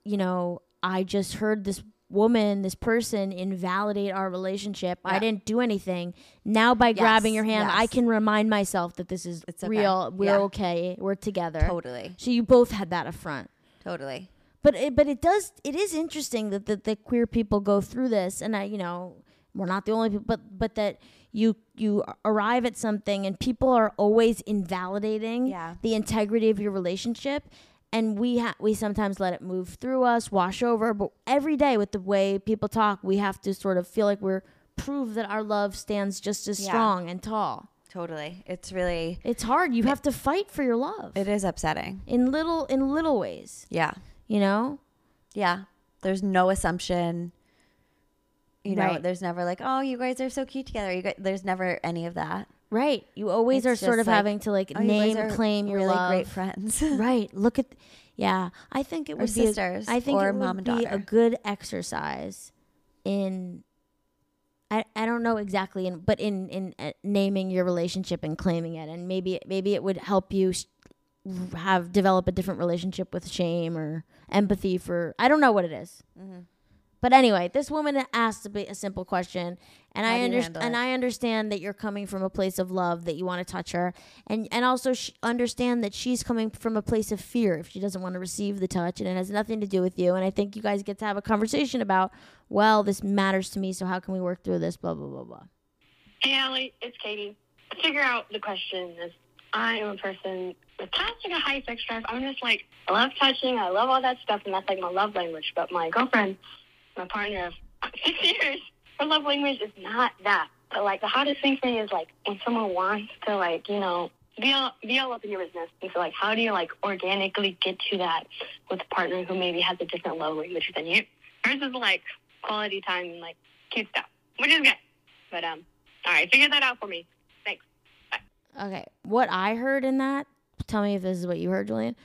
A: You know, I just heard this woman, this person invalidate our relationship. I
B: Yeah.
A: didn't do anything. Now by grabbing your hand, I
B: yes.
A: can remind myself that this is
B: It's okay.
A: real. We're
B: Yeah.
A: okay. We're together.
B: totally,
A: So you both had that affront.
B: totally.
A: but it, but it does it is interesting that the, the queer people go through this and i you know we're not the only people but but that you you arrive at something and people are always invalidating
B: Yeah.
A: the integrity of your relationship and we ha- we sometimes let it move through us wash over but every day with the way people talk we have to sort of feel like we're prove that our love stands just as
B: Yeah.
A: strong and tall
B: Totally. It's really,
A: it's hard you have to fight for your love
B: it is upsetting.
A: in little in little ways
B: Yeah.
A: you know
B: Yeah. There's no assumption. You know,
A: Right.
B: there's never like, oh, you guys are so cute together. You guys, there's never any of that.
A: Right. You always
B: It's
A: are sort
B: just
A: of
B: like,
A: having to like
B: "Oh, you guys
A: name
B: are
A: claim your
B: really
A: love.
B: great friends.
A: Right. Look at yeah. I think it
B: Or
A: would
B: sisters,
A: be a, I think
B: or
A: it would
B: mom and
A: be a
B: daughter.
A: good exercise in I, I don't know exactly in but in in uh, naming your relationship and claiming it and maybe maybe it would help you s- have develop a different relationship with shame or empathy for I don't know what it is.
B: Mm-hmm.
A: But anyway, this woman asked a, bi- a simple question, and
B: How
A: I
B: do you
A: understand.
B: handle
A: And
B: it?
A: I understand that you're coming from a place of love that you want to touch her, and and also sh- understand that she's coming from a place of fear if she doesn't want to receive the touch, and it has nothing to do with you. And I think you guys get to have a conversation about, well, this matters to me, so how can we work through this? Blah blah blah blah.
C: Hey, Allie, it's Katie. Figure out the question is I am a person with kind of like a high sex drive. I'm just like, I love touching, I love all that stuff, and that's like my love language. But my girlfriend, my partner of six years, her love language is not that. But like the hottest thing for me is like when someone wants to like, you know, be all, be all up in your business. And so like, how do you like organically get to that with a partner who maybe has a different love language than you? Hers is like quality time and like cute stuff, which is good. But um, all right, figure that out for me. Thanks.
A: Okay. What I heard in that, tell me if this is what you heard, Julian.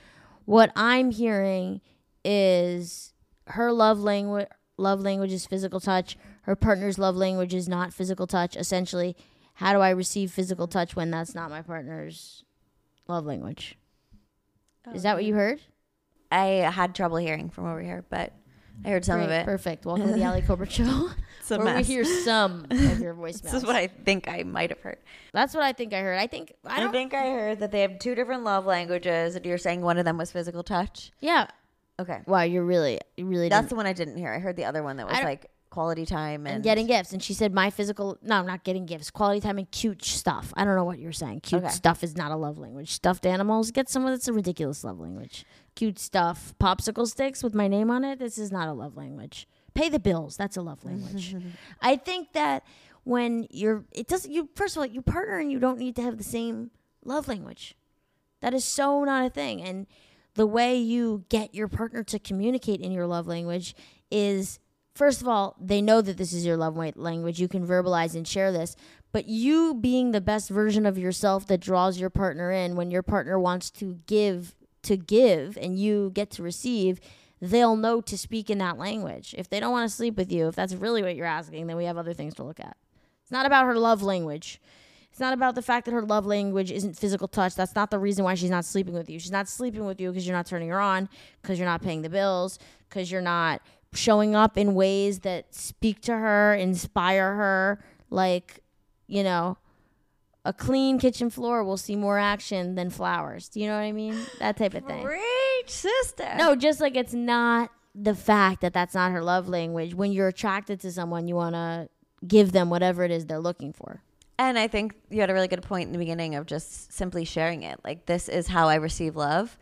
A: What I'm hearing is her love language love language is physical touch. Her partner's love language is not physical touch. Essentially, how do I receive physical touch when that's not my partner's love language? is that what you heard?
B: I had trouble hearing from over here, but I heard some of
A: Great,
B: it.
A: Perfect. Welcome to the Alley Cobra Show.
B: It's a
A: where
B: mess.
A: we hear some of your voicemails.
B: This is what I think I might have heard.
A: that's what I think I heard. I think I
B: I
A: don't
B: think I heard that they have two different love languages, and you're saying one of them was physical touch.
A: Yeah.
B: Okay.
A: Wow, you're really you really
B: That's the one I didn't hear. I heard the other one that was
A: don't-
B: like quality time and,
A: and getting gifts. And she said, My physical, no, I'm not getting gifts. Quality time and cute stuff. I don't know what you're saying. Cute
B: Okay.
A: stuff is not a love language. Stuffed animals, get someone that's a ridiculous love language. Cute stuff. Popsicle sticks with my name on it, this is not a love language. Pay the bills, that's a love language. I think that when you're, it doesn't, you, first of all, you partner and you don't need to have the same love language. That is so not a thing. And the way you get your partner to communicate in your love language is first of all, they know that this is your love wa- language. You can verbalize and share this. But you being the best version of yourself that draws your partner in when your partner wants to give to give and you get to receive, they'll know to speak in that language. If they don't want to sleep with you, if that's really what you're asking, then we have other things to look at. It's not about her love language. It's not about the fact that her love language isn't physical touch. That's not the reason why she's not sleeping with you. She's not sleeping with you because you're not turning her on, because you're not paying the bills, because you're not showing up in ways that speak to her, inspire her. Like, you know, a clean kitchen floor will see more action than flowers. Do you know what I mean? That type of thing.
B: Great sister.
A: No, just like it's not the fact that that's not her love language. When you're attracted to someone, you want to give them whatever it is they're looking for.
B: And I think you had a really good point in the beginning of just simply sharing it. Like, this is how I receive love.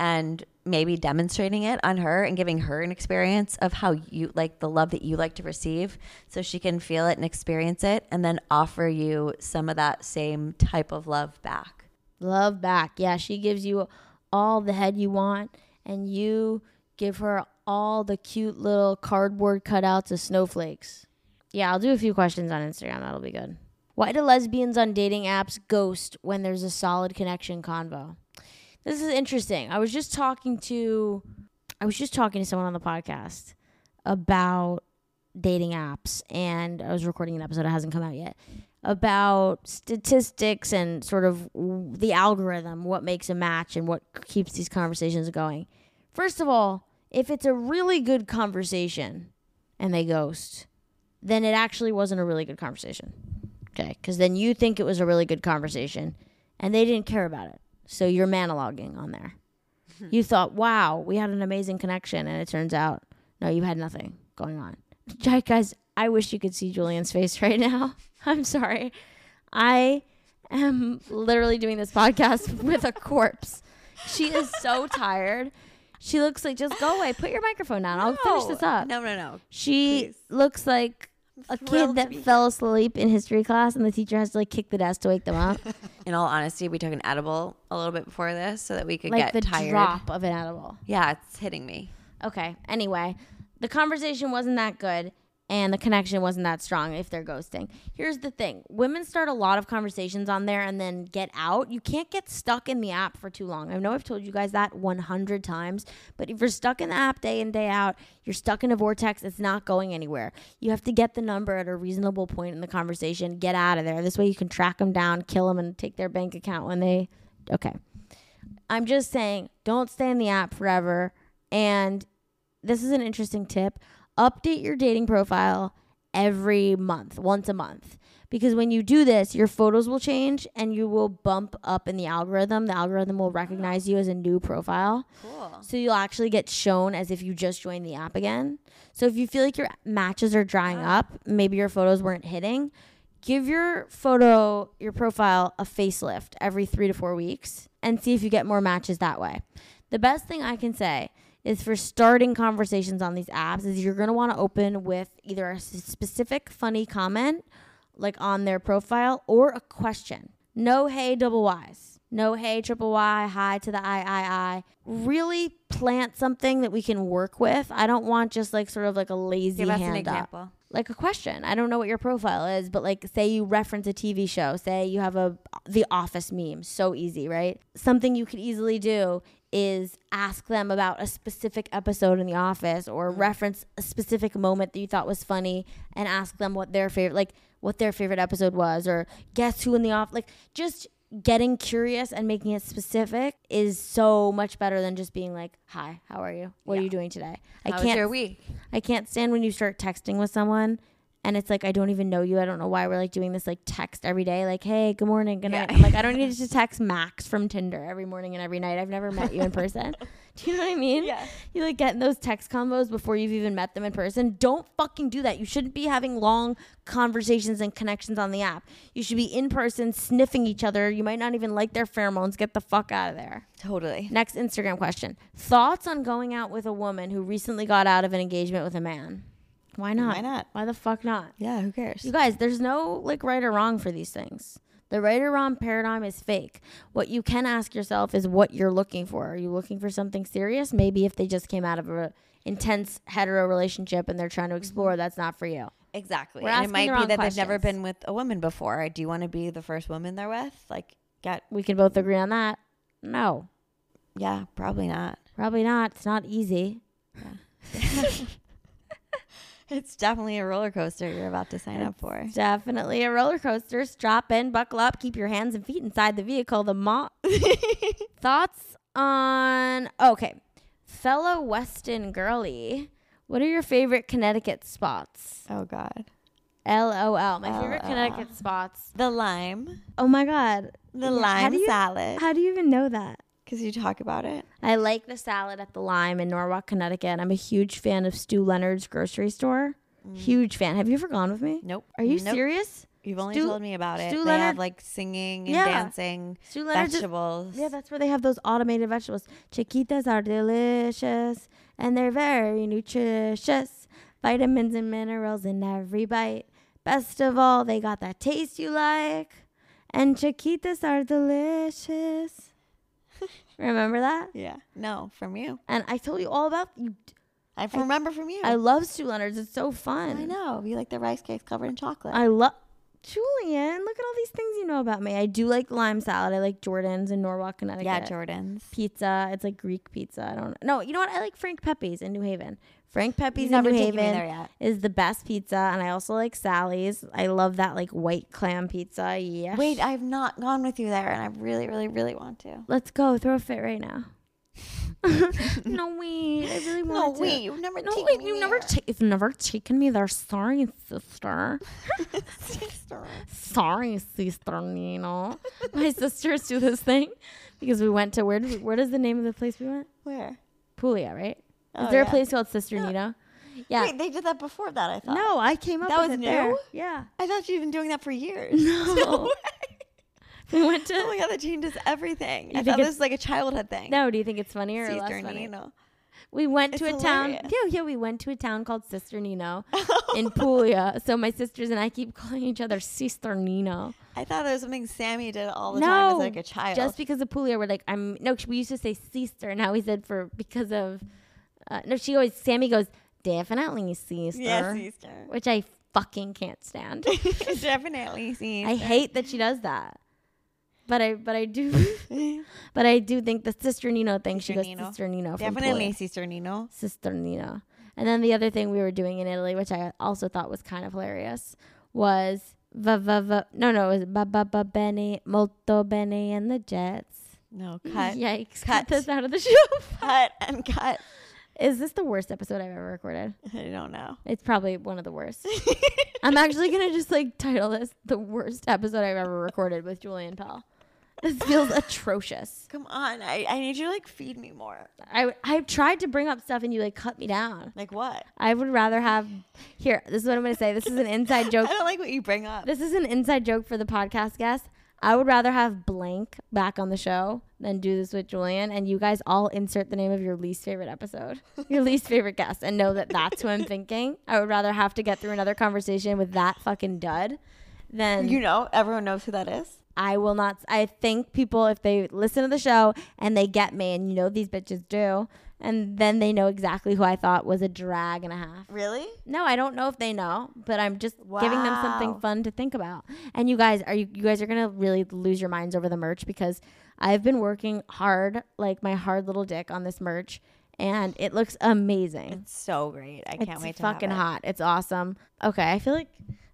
B: And maybe demonstrating it on her and giving her an experience of how you like the love that you like to receive so she can feel it and experience it and then offer you some of that same type of love back.
A: Love back. Yeah, she gives you all the head you want, and you give her all the cute little cardboard cutouts of snowflakes. Yeah, I'll do a few questions on Instagram. That'll be good. Why do lesbians on dating apps ghost when there's a solid connection convo? This is interesting. I was just talking to I was just talking to someone on the podcast about dating apps and I was recording an episode that hasn't come out yet about statistics and sort of w- the algorithm, what makes a match and what keeps these conversations going. First of all, if it's a really good conversation and they ghost, then it actually wasn't a really good conversation. Okay, because then you think it was a really good conversation and they didn't care about it. So you're monologuing on there. you thought, wow, we had an amazing connection. And it turns out, no, you had nothing going on. Guys, I wish you could see Julian's face right now. I'm sorry. I am literally doing this podcast with a corpse. She is so tired. She looks like, just go away. Put your microphone down. I'll finish this up.
B: No, no, no.
A: She
B: Please.
A: looks like a kid
B: thrilled to
A: that
B: be
A: fell asleep in history class, and the teacher has to like kick the desk to wake them up,
B: In all honesty, we took an edible a little bit before this so that we could
A: like
B: get
A: the
B: tired.
A: drop of an edible.
B: Yeah, it's hitting me.
A: Okay. Anyway, the conversation wasn't that good and the connection wasn't that strong if they're ghosting. Here's the thing women start a lot of conversations on there and then get out. You can't get stuck in the app for too long. I know I've told you guys that 100 times, but if you're stuck in the app day in, day out, you're stuck in a vortex, it's not going anywhere. You have to get the number at a reasonable point in the conversation, get out of there. This way you can track them down, kill them, and take their bank account when they. Okay. I'm just saying, don't stay in the app forever. And this is an interesting tip. Update your dating profile every month, once a month. Because when you do this, your photos will change and you will bump up in the algorithm. The algorithm will recognize you as a new profile.
B: Cool.
A: So you'll actually get shown as if you just joined the app again. So if you feel like your matches are drying up, maybe your photos weren't hitting, give your photo, your profile, a facelift every three to four weeks and see if you get more matches that way. The best thing I can say is for starting conversations on these apps is you're going to want to open with either a s- specific funny comment like on their profile or a question. No hey double Y's. No hey triple Y. Hi to the I I I. Really plant something that we can work with. I don't want just like sort of like a lazy
B: Give us
A: hand
B: an
A: up
B: example.
A: like a question. I don't know what your profile is, but like say you reference a TV show, say you have a the office meme, so easy, right? Something you could easily do is ask them about a specific episode in the office or
B: Mm-hmm.
A: reference a specific moment that you thought was funny and ask them what their favorite like what their favorite episode was or guess who in the office like just getting curious and making it specific is so much better than just being like hi how are you what are you doing today i
B: How was
A: can't
B: your week?
A: I can't stand when you start texting with someone and it's like I don't even know you. I don't know why we're like doing this like text every day, like, hey, good morning, good
B: Yeah.
A: night. Like I don't need to text Max from Tinder every morning and every night. I've never met you in person. do you know what I mean?
B: Yeah.
A: You like get in those text combos before you've even met them in person. Don't fucking do that. You shouldn't be having long conversations and connections on the app. You should be in person sniffing each other. You might not even like their pheromones. Get the fuck out of there.
B: Totally.
A: Next Instagram question. Thoughts on going out with a woman who recently got out of an engagement with a man? Why not?
B: Why not?
A: Why the fuck not?
B: Yeah, who cares?
A: You guys, there's no like right or wrong for these things. The right or wrong paradigm is fake. What you can ask yourself is what you're looking for. Are you looking for something serious? Maybe if they just came out of a intense hetero relationship and they're trying to
B: Mm-hmm.
A: explore, that's not for you.
B: Exactly.
A: We're
B: and
A: asking
B: it
A: the
B: might be
A: wrong
B: that they've never
A: questions.
B: been with a woman before. Do you want to be the first woman they're with? Like, get
A: We can both agree on that. No,
B: yeah, probably not.
A: probably not. It's not easy.
B: It's definitely a roller coaster you're about to sign up for.
A: Definitely a roller coaster. Strap in, buckle up, keep your hands and feet inside the vehicle. The mall. Thoughts on. Okay. Fellow Weston girlie, what are your favorite Connecticut spots?
B: Oh God.
A: LOL. My favorite
B: LOL.
A: Connecticut spots.
B: The lime,
A: Oh my God. Yeah,
B: the
A: how
B: lime
A: do you-
B: salad,
A: How do you even know that?
B: because you talk about it.
A: I like the salad at the Lime in Norwalk, Connecticut. and I'm a huge fan of Stu Leonard's grocery store. Huge fan. Have you ever gone with me?
B: Nope.
A: Mm. Are you
B: Nope.
A: serious?
B: You've only
A: Stu-
B: told me about it.
A: Stu
B: they
A: Leonard-
B: have like singing and
A: Yeah.
B: dancing,
A: Stu Leonard just-
B: vegetables.
A: Yeah, that's where they have those automated vegetables. Chiquitas are delicious and they're very nutritious. Vitamins and minerals in every bite. Best of all, they got that taste you like. And chiquitas are delicious. Remember that?
B: yeah. No, from you.
A: And I told you all about you.
B: I remember from you.
A: I love Stu Leonard's. It's so fun.
B: I know. You like the rice cakes covered in chocolate.
A: I love Julian. Look at all these things you know about me. I do like lime salad. I like Jordan's in Norwalk, Connecticut.
B: yeah, Jordans.
A: pizza. It's like Greek pizza. I don't know. No, you know what? I like Frank Pepe's in New Haven. Frank Pepe's
B: You've
A: in
B: never
A: New
B: taken me
A: Haven
B: there yet.
A: is the best pizza, and I also like Sally's. I love that like white clam pizza. Yeah.
B: Wait, I've not gone with you there, and I really, really, really want to.
A: let's go. Throw a fit right now. no wait, I really
B: No,
A: want to.
B: wait, you've never
A: No
B: taken
A: wait,
B: me
A: you never
B: there.
A: ta- you've never taken me there. Sorry, sister.
B: Sister.
A: Sorry, sister Nino. My sisters do this thing because we went to where? Did we, what is the name of the place we went?
B: Where?
A: Puglia, right?
B: Oh,
A: is there
B: yeah.
A: a place called Sister Nino? Yeah.
B: Wait, they did that before that. I thought.
A: no, I came up
B: That
A: with
B: was
A: it there.
B: new?
A: Yeah.
B: I thought you'd been doing that for years.
A: No. we went to.
B: Oh my god, that changes everything. I
A: think
B: thought
A: it's-
B: this was like a childhood thing.
A: no, do you think it's funnier or
B: Sister
A: less funny?
B: Nino.
A: We went to a
B: It's
A: town.
B: hilarious.
A: Yeah, yeah, we went to a town called Sister Nino in Puglia. So my sisters and I keep calling each other Sister Nino.
B: I thought it was something Sammy did all the
A: no,
B: time as like a child.
A: just because of Puglia, we're like, I'm no. We used to say sister. Now we said for because of. Uh, no, she always. Sammy goes definitely sister,
B: yes, Easter.
A: which I fucking can't stand.
B: Definitely seen.
A: I hate that she does that. But I but I do but I do think the sister Nino thing she
B: Sister
A: goes
B: Nino.
A: sister Nino from
B: Definitely
A: Puglia.
B: Sister Nino.
A: sister Nino. And then the other thing we were doing in Italy, which I also thought was kind of hilarious, was va va va no no it was ba ba ba bene molto bene and the Jets.
B: No, cut.
A: Yikes! Cut
B: Cut.
A: this out of the show.
B: Cut and cut.
A: Is this the worst episode I've ever recorded?
B: I don't know.
A: It's probably one of the worst. I'm actually gonna just like title this the worst episode I've ever recorded with Julian Pell. This feels atrocious.
B: Come on. I, I need you to like feed me more.
A: I I tried to bring up stuff and you like cut me down.
B: Like what?
A: I would rather have here. This is what I'm gonna say. This is an inside joke.
B: I don't like what you bring up.
A: This is an inside joke for the podcast guest. I would rather have blank back on the show than do this with Julian. And you guys all insert the name of your least favorite episode, your least favorite guest, and know that that's who I'm thinking. I would rather have to get through another conversation with that fucking dud than
B: You know, everyone knows who that is.
A: I will not. I think people, if they listen to the show and they get me, and you know these bitches do, and then they know exactly who I thought was a drag and a half.
B: Really?
A: No, I don't know if they know, but I'm just giving them something
B: Wow.
A: fun to think about. And you guys are you, you guys are gonna really lose your minds over the merch because I've been working hard, like my hard little dick, on this merch, and it looks amazing.
B: So great. I
A: It's,
B: can't wait to have
A: fucking
B: it.
A: hot. It's awesome. Okay, I feel like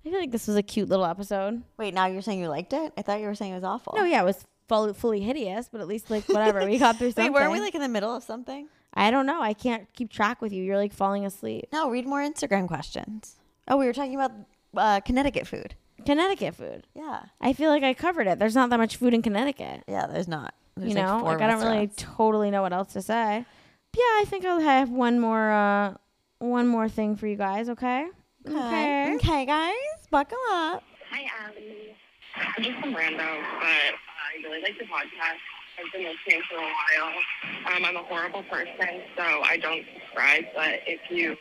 A: I feel like this was a cute little episode.
B: Wait, now you're saying you liked it? I thought you were saying it was awful.
A: No, yeah, it was fully, fully hideous, but at least like whatever we got through
B: Wait,
A: something.
B: weren't we like in the middle of something?
A: I don't know. I can't keep track with you. You're like falling asleep.
B: No, read more Instagram questions. Oh, we were talking about uh, Connecticut food.
A: Connecticut food.
B: Yeah.
A: I feel like I covered it. There's not that much food in Connecticut.
B: Yeah, there's not. There's
A: you know,
B: four
A: like I don't really
B: restaurants.
A: totally know what else to say. But yeah, I think I'll have one more, uh, one more thing for you guys. Okay.
B: Okay. Okay, guys, buckle up.
C: Hi, Allie. I'm just from random, but I really like the podcast. I've been listening for a while. Um, I'm a horrible person, so I don't subscribe, but if you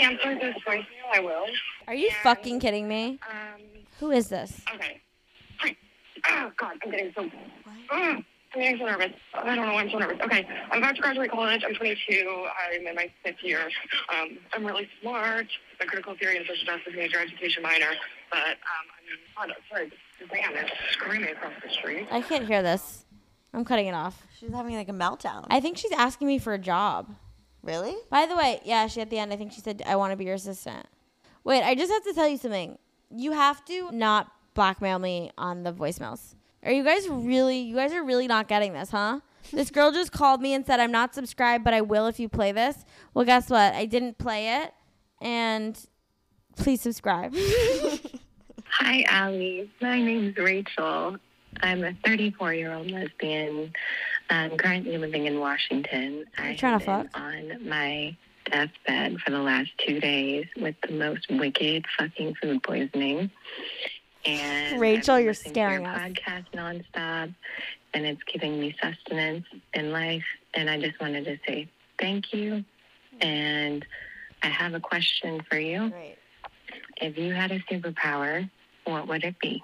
C: answer this voicemail, I will.
A: Are you fucking kidding me?
C: Um,
A: Who is this?
C: okay. Hi. Oh, God, I'm getting so... Mm, I'm getting so nervous. I don't know why I'm so nervous. Okay, I'm about to graduate college. I'm 22. I'm in my fifth year. Um, I'm really smart. My critical theory and social justice major, education minor. But um, I'm... Oh, no, sorry. This man is screaming across the street.
A: I can't hear this. I'm cutting it off.
B: She's having like a meltdown.
A: I think she's asking me for a job.
B: really?
A: By the way, yeah, she at the end, I think she said, I want to be your assistant. Wait, I just have to tell you something. You have to not blackmail me on the voicemails. Are you guys really, you guys are really not getting this, huh? This girl just called me and said, I'm not subscribed, but I will if you play this. Well, guess what? I didn't play it, and please subscribe.
D: Hi, Allie. My name's Rachel. I'm a 34 year old lesbian. I'm currently living in Washington. I
A: trying
D: have
A: to
D: been on my deathbed for the last two days with the most wicked fucking food poisoning.
C: And I've
A: Rachel,
C: been
A: you're
C: listening to your
A: scaring us.
C: Podcast nonstop, and it's giving me sustenance in life. And I just wanted to say thank you. And I have a question for you.
A: Great.
C: If you had a superpower, what would it be?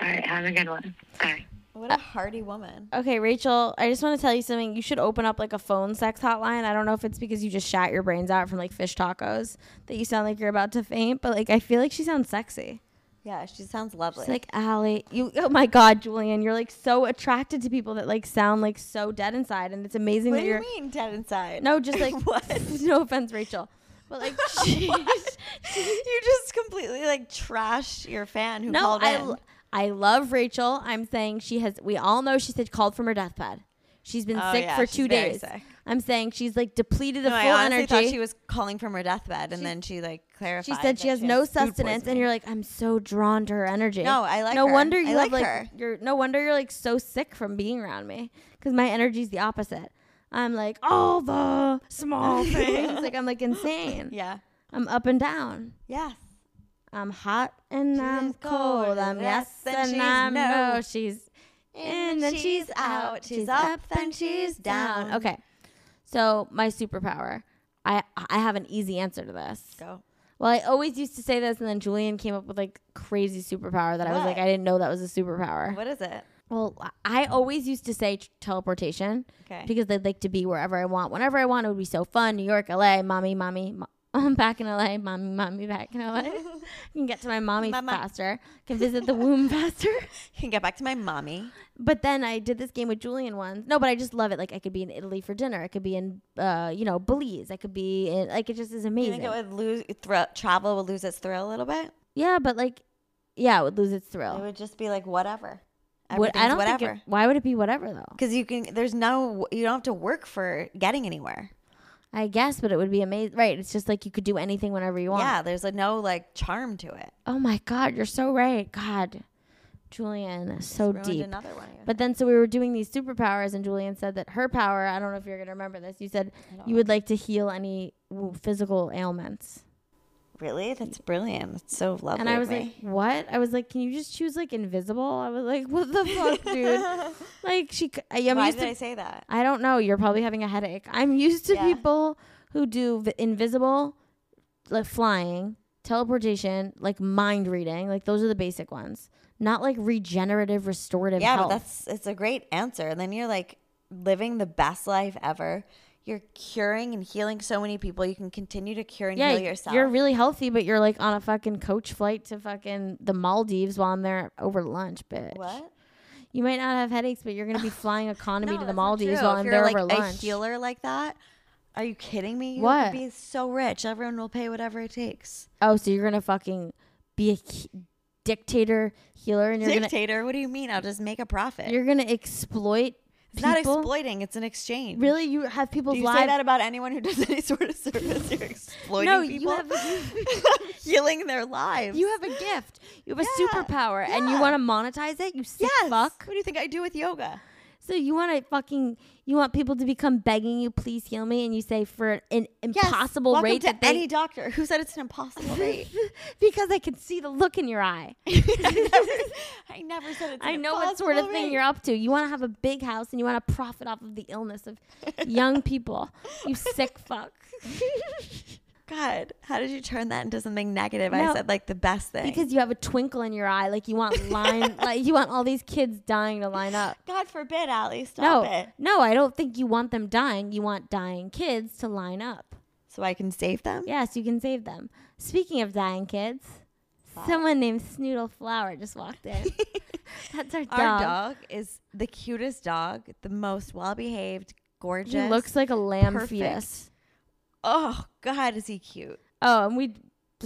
C: All right, have a good one. Bye.
B: What a hardy woman.
A: Okay, Rachel, I just want to tell you something. You should open up like a phone sex hotline. I don't know if it's because you just shat your brains out from like fish tacos that you sound like you're about to faint, but like I feel like she sounds sexy.
B: Yeah, she sounds lovely.
A: It's like Allie, you oh my god, Julian, you're like so attracted to people that like sound like so dead inside and it's amazing
B: what
A: that
B: do
A: are
B: you mean dead inside?
A: No, just like
B: What?
A: no offense, Rachel. But like she's
B: you just completely like trashed your fan who
A: No,
B: called
A: I,
B: in.
A: l- I love Rachel. I'm saying she has, we all know she said called from her deathbed. She's been
B: Oh,
A: sick
B: yeah,
A: for
B: she's
A: two
B: very
A: days.
B: sick.
A: I'm saying she's like depleted of
B: no,
A: full
B: I honestly
A: energy.
B: thought she was calling from her deathbed, and then she like clarified.
A: she said
B: that
A: she has no
B: food
A: sustenance, and
B: poisoning.
A: you're like, I'm so drawn to her energy.
B: No, I like
A: No
B: her.
A: wonder
B: I
A: you have
B: like
A: like
B: her.
A: you're. No wonder you're like so sick from being around me, because my energy's the opposite. I'm like all the small things. like I'm like insane.
B: yeah,
A: I'm up and down.
B: yes.
A: I'm hot and I'm
B: is
A: cold.
B: cold,
A: I'm
B: and
A: yes
B: yes, and
A: and
B: she's
A: I'm
B: no.
A: no. She's in and she's out. She's up and she's down. Okay. So my superpower. I I have an easy answer to this.
B: Go.
A: Well, I always used to say this, and then Julian came up with like crazy superpower that I was
B: What?
A: like, I didn't know that was a superpower.
B: What is it?
A: Well, I always used to say t- teleportation
B: Okay.
A: because I'd like to be wherever I want, whenever I want. It would be so fun. New York, LA, mommy, mommy, mo- I'm back in LA, mommy, mommy, back in LA. I can get to my mommy
B: Mama.
A: faster, can visit the womb faster.
B: can get back to my mommy.
A: But then I did this game with Julian once. No, but I just love it. Like I could be in Italy for dinner. I could be in, uh, you know, Belize. I could be in, like it just is
B: You
A: amazing.
B: think it would lose thrill, travel would lose its thrill a little bit?
A: yeah, but like, yeah, it would lose its
B: It
A: thrill.
B: would just be like whatever.
A: Would, Oh. I
B: Everything's
A: don't think it-
B: whatever.
A: why would it be whatever though?
B: Because you can. There's no. You don't have to work for getting anywhere.
A: I guess, but it would be amazing. Right? It's just like you could do anything whenever you want.
B: Yeah. There's like no like charm to it.
A: Oh my God, you're so right. God, Julian, so
B: Ruined
A: deep.
B: another one. of your-
A: But then, so we were doing these superpowers, and Julian said that her power, I don't know if you're going to remember this, you said you would like to heal any w- physical ailments.
B: really, that's brilliant. That's so lovely.
A: And I
B: of
A: was
B: me.
A: like, what? I was like, can you just choose like invisible? I was like, what the fuck, dude? Like, she, c- I, am
B: why
A: used
B: did
A: to,
B: I say that?
A: I don't know, you're probably having a headache. I'm used to
B: Yeah.
A: people who do v- invisible, like flying, teleportation, like mind reading. Like, those are the basic ones. Not like regenerative, restorative
B: Yeah,
A: health.
B: but that's it's a great answer. And then you're like living the best life ever. You're curing and healing so many people. You can continue to cure and heal yourself.
A: You're really healthy, but you're like on a fucking coach flight to fucking the Maldives while I'm there over lunch, bitch.
B: what?
A: You might not have headaches, but you're gonna be flying economy to
B: No,
A: the
B: that's not
A: Maldives
B: true.
A: while
B: If
A: I'm
B: you're,
A: there
B: like
A: over
B: a
A: lunch.
B: healer like that. Are you kidding me? You
A: What?
B: would be so rich. Everyone will pay whatever it takes.
A: Oh, so you're gonna fucking be a he- dictator healer, and you're
B: Dictator, what do you mean? I'll just make a profit.
A: gonna you're gonna exploit
B: it's
A: people.
B: not exploiting, it's an exchange.
A: really, you have people's
B: Do you
A: lives.
B: say that about anyone who does any sort of service? You're exploiting
A: No, you
B: people. healing their lives.
A: you have a gift. You have
B: Yeah,
A: a superpower, and you
B: yeah.
A: want to monetize it. You sick
B: yes.
A: fuck.
B: What do you think I do with yoga?
A: So you want to fucking you want people to become begging you, please heal me, and you say for an
B: Yes,
A: impossible
B: welcome
A: rate
B: to
A: that they,
B: any doctor who said it's an impossible rate.
A: because I can see the look in your eye.
B: I, never, I never said it's.
A: I
B: an
A: know what sort of
B: impossible
A: thing
B: rate.
A: you're up to. You want to have a big house and you want to profit off of the illness of young people. You sick fuck.
B: God, how did you turn that into something negative? I
A: No.
B: said like the best thing.
A: Because you have a twinkle in your eye, like you want line, like you want all these kids dying to line up.
B: God forbid, Allie, stop
A: No,
B: it.
A: no, I don't think you want them dying. You want dying kids to line up.
B: So I can save them.
A: Yes, you can save them. Speaking of dying kids, someone named Snoodle Flower just walked in. That's our dog.
B: Our dog is the cutest dog, the most well-behaved, gorgeous.
A: He looks like a lamb
B: perfect.
A: fetus.
B: Oh God, is he cute?
A: Oh, and we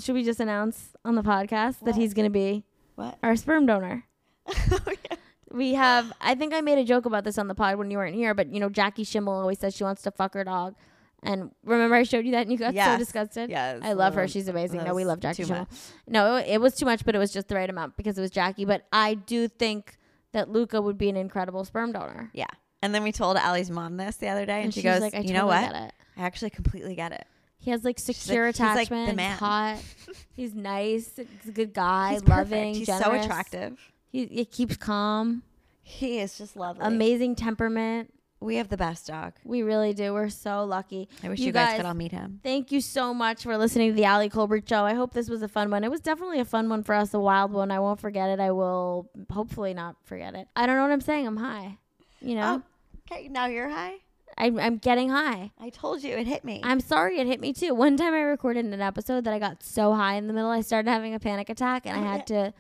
A: should we just announce on the podcast that he's going to be
B: What?
A: our sperm donor.
B: oh, yeah.
A: We have I think I made a joke about this on the pod when you weren't here, but you know Jackie Schimmel always says she wants to fuck her dog. And remember I showed you that and you got so
B: Yes.
A: disgusted?
B: Yes.
A: I love her.
B: That
A: She's
B: was-
A: amazing.
B: that
A: No, we
B: was
A: love Jackie
B: too
A: Schimmel.
B: much.
A: No, it, it was too much, but it was just the right amount because it was Jackie, but I do think that Luca would be an incredible sperm donor.
B: Yeah. And then we told Allie's mom this the other day, and, she
A: she's
B: goes,
A: like, I
B: "You know
A: totally
B: what?
A: get it."
B: I actually completely get it."
A: He has like secure
E: he's like
A: attachment.
E: the man.
A: He's hot. He's nice. He's a good guy.
E: He's
A: loving.
E: perfect. He's so
A: generous.
E: attractive.
A: He, he keeps calm.
E: He is just lovely.
A: Amazing temperament.
E: We have the best dog.
A: We really do. We're so lucky.
B: I wish you, guys, could all meet him.
A: Thank you so much for listening to the Ali Colbert Show. I hope this was a fun one. It was definitely a fun one for us, a wild one. I won't forget it. I will hopefully not forget it. I don't know what I'm saying. I'm high. You know,
E: Okay, now you're high.
A: I'm, I'm getting high.
E: I told you it hit me.
A: I'm sorry it hit me too. One time I recorded an episode that I got so high in the middle, I started having a panic attack and I had to.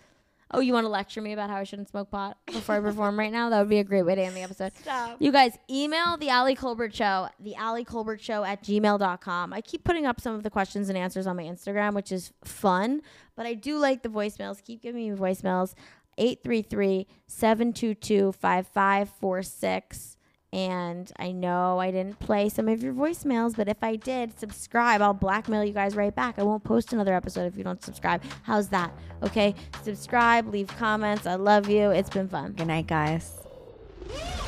A: Oh, you want to lecture me about how I shouldn't smoke pot before I perform right now? That would be a great way to end the episode.
E: Stop.
A: You guys, email the Ali Colbert Show, the Ali Colbert Show at gmail.com. I keep putting up some of the questions and answers on my Instagram, which is fun, but I do like the voicemails. Keep giving me voicemails. 833 722 5546. And I know I didn't play some of your voicemails, but if I did, subscribe. I'll blackmail you guys right back. I won't post another episode if you don't subscribe. How's that? Okay, subscribe, leave comments. I love you. It's been fun.
B: Good night, guys.
E: Bye.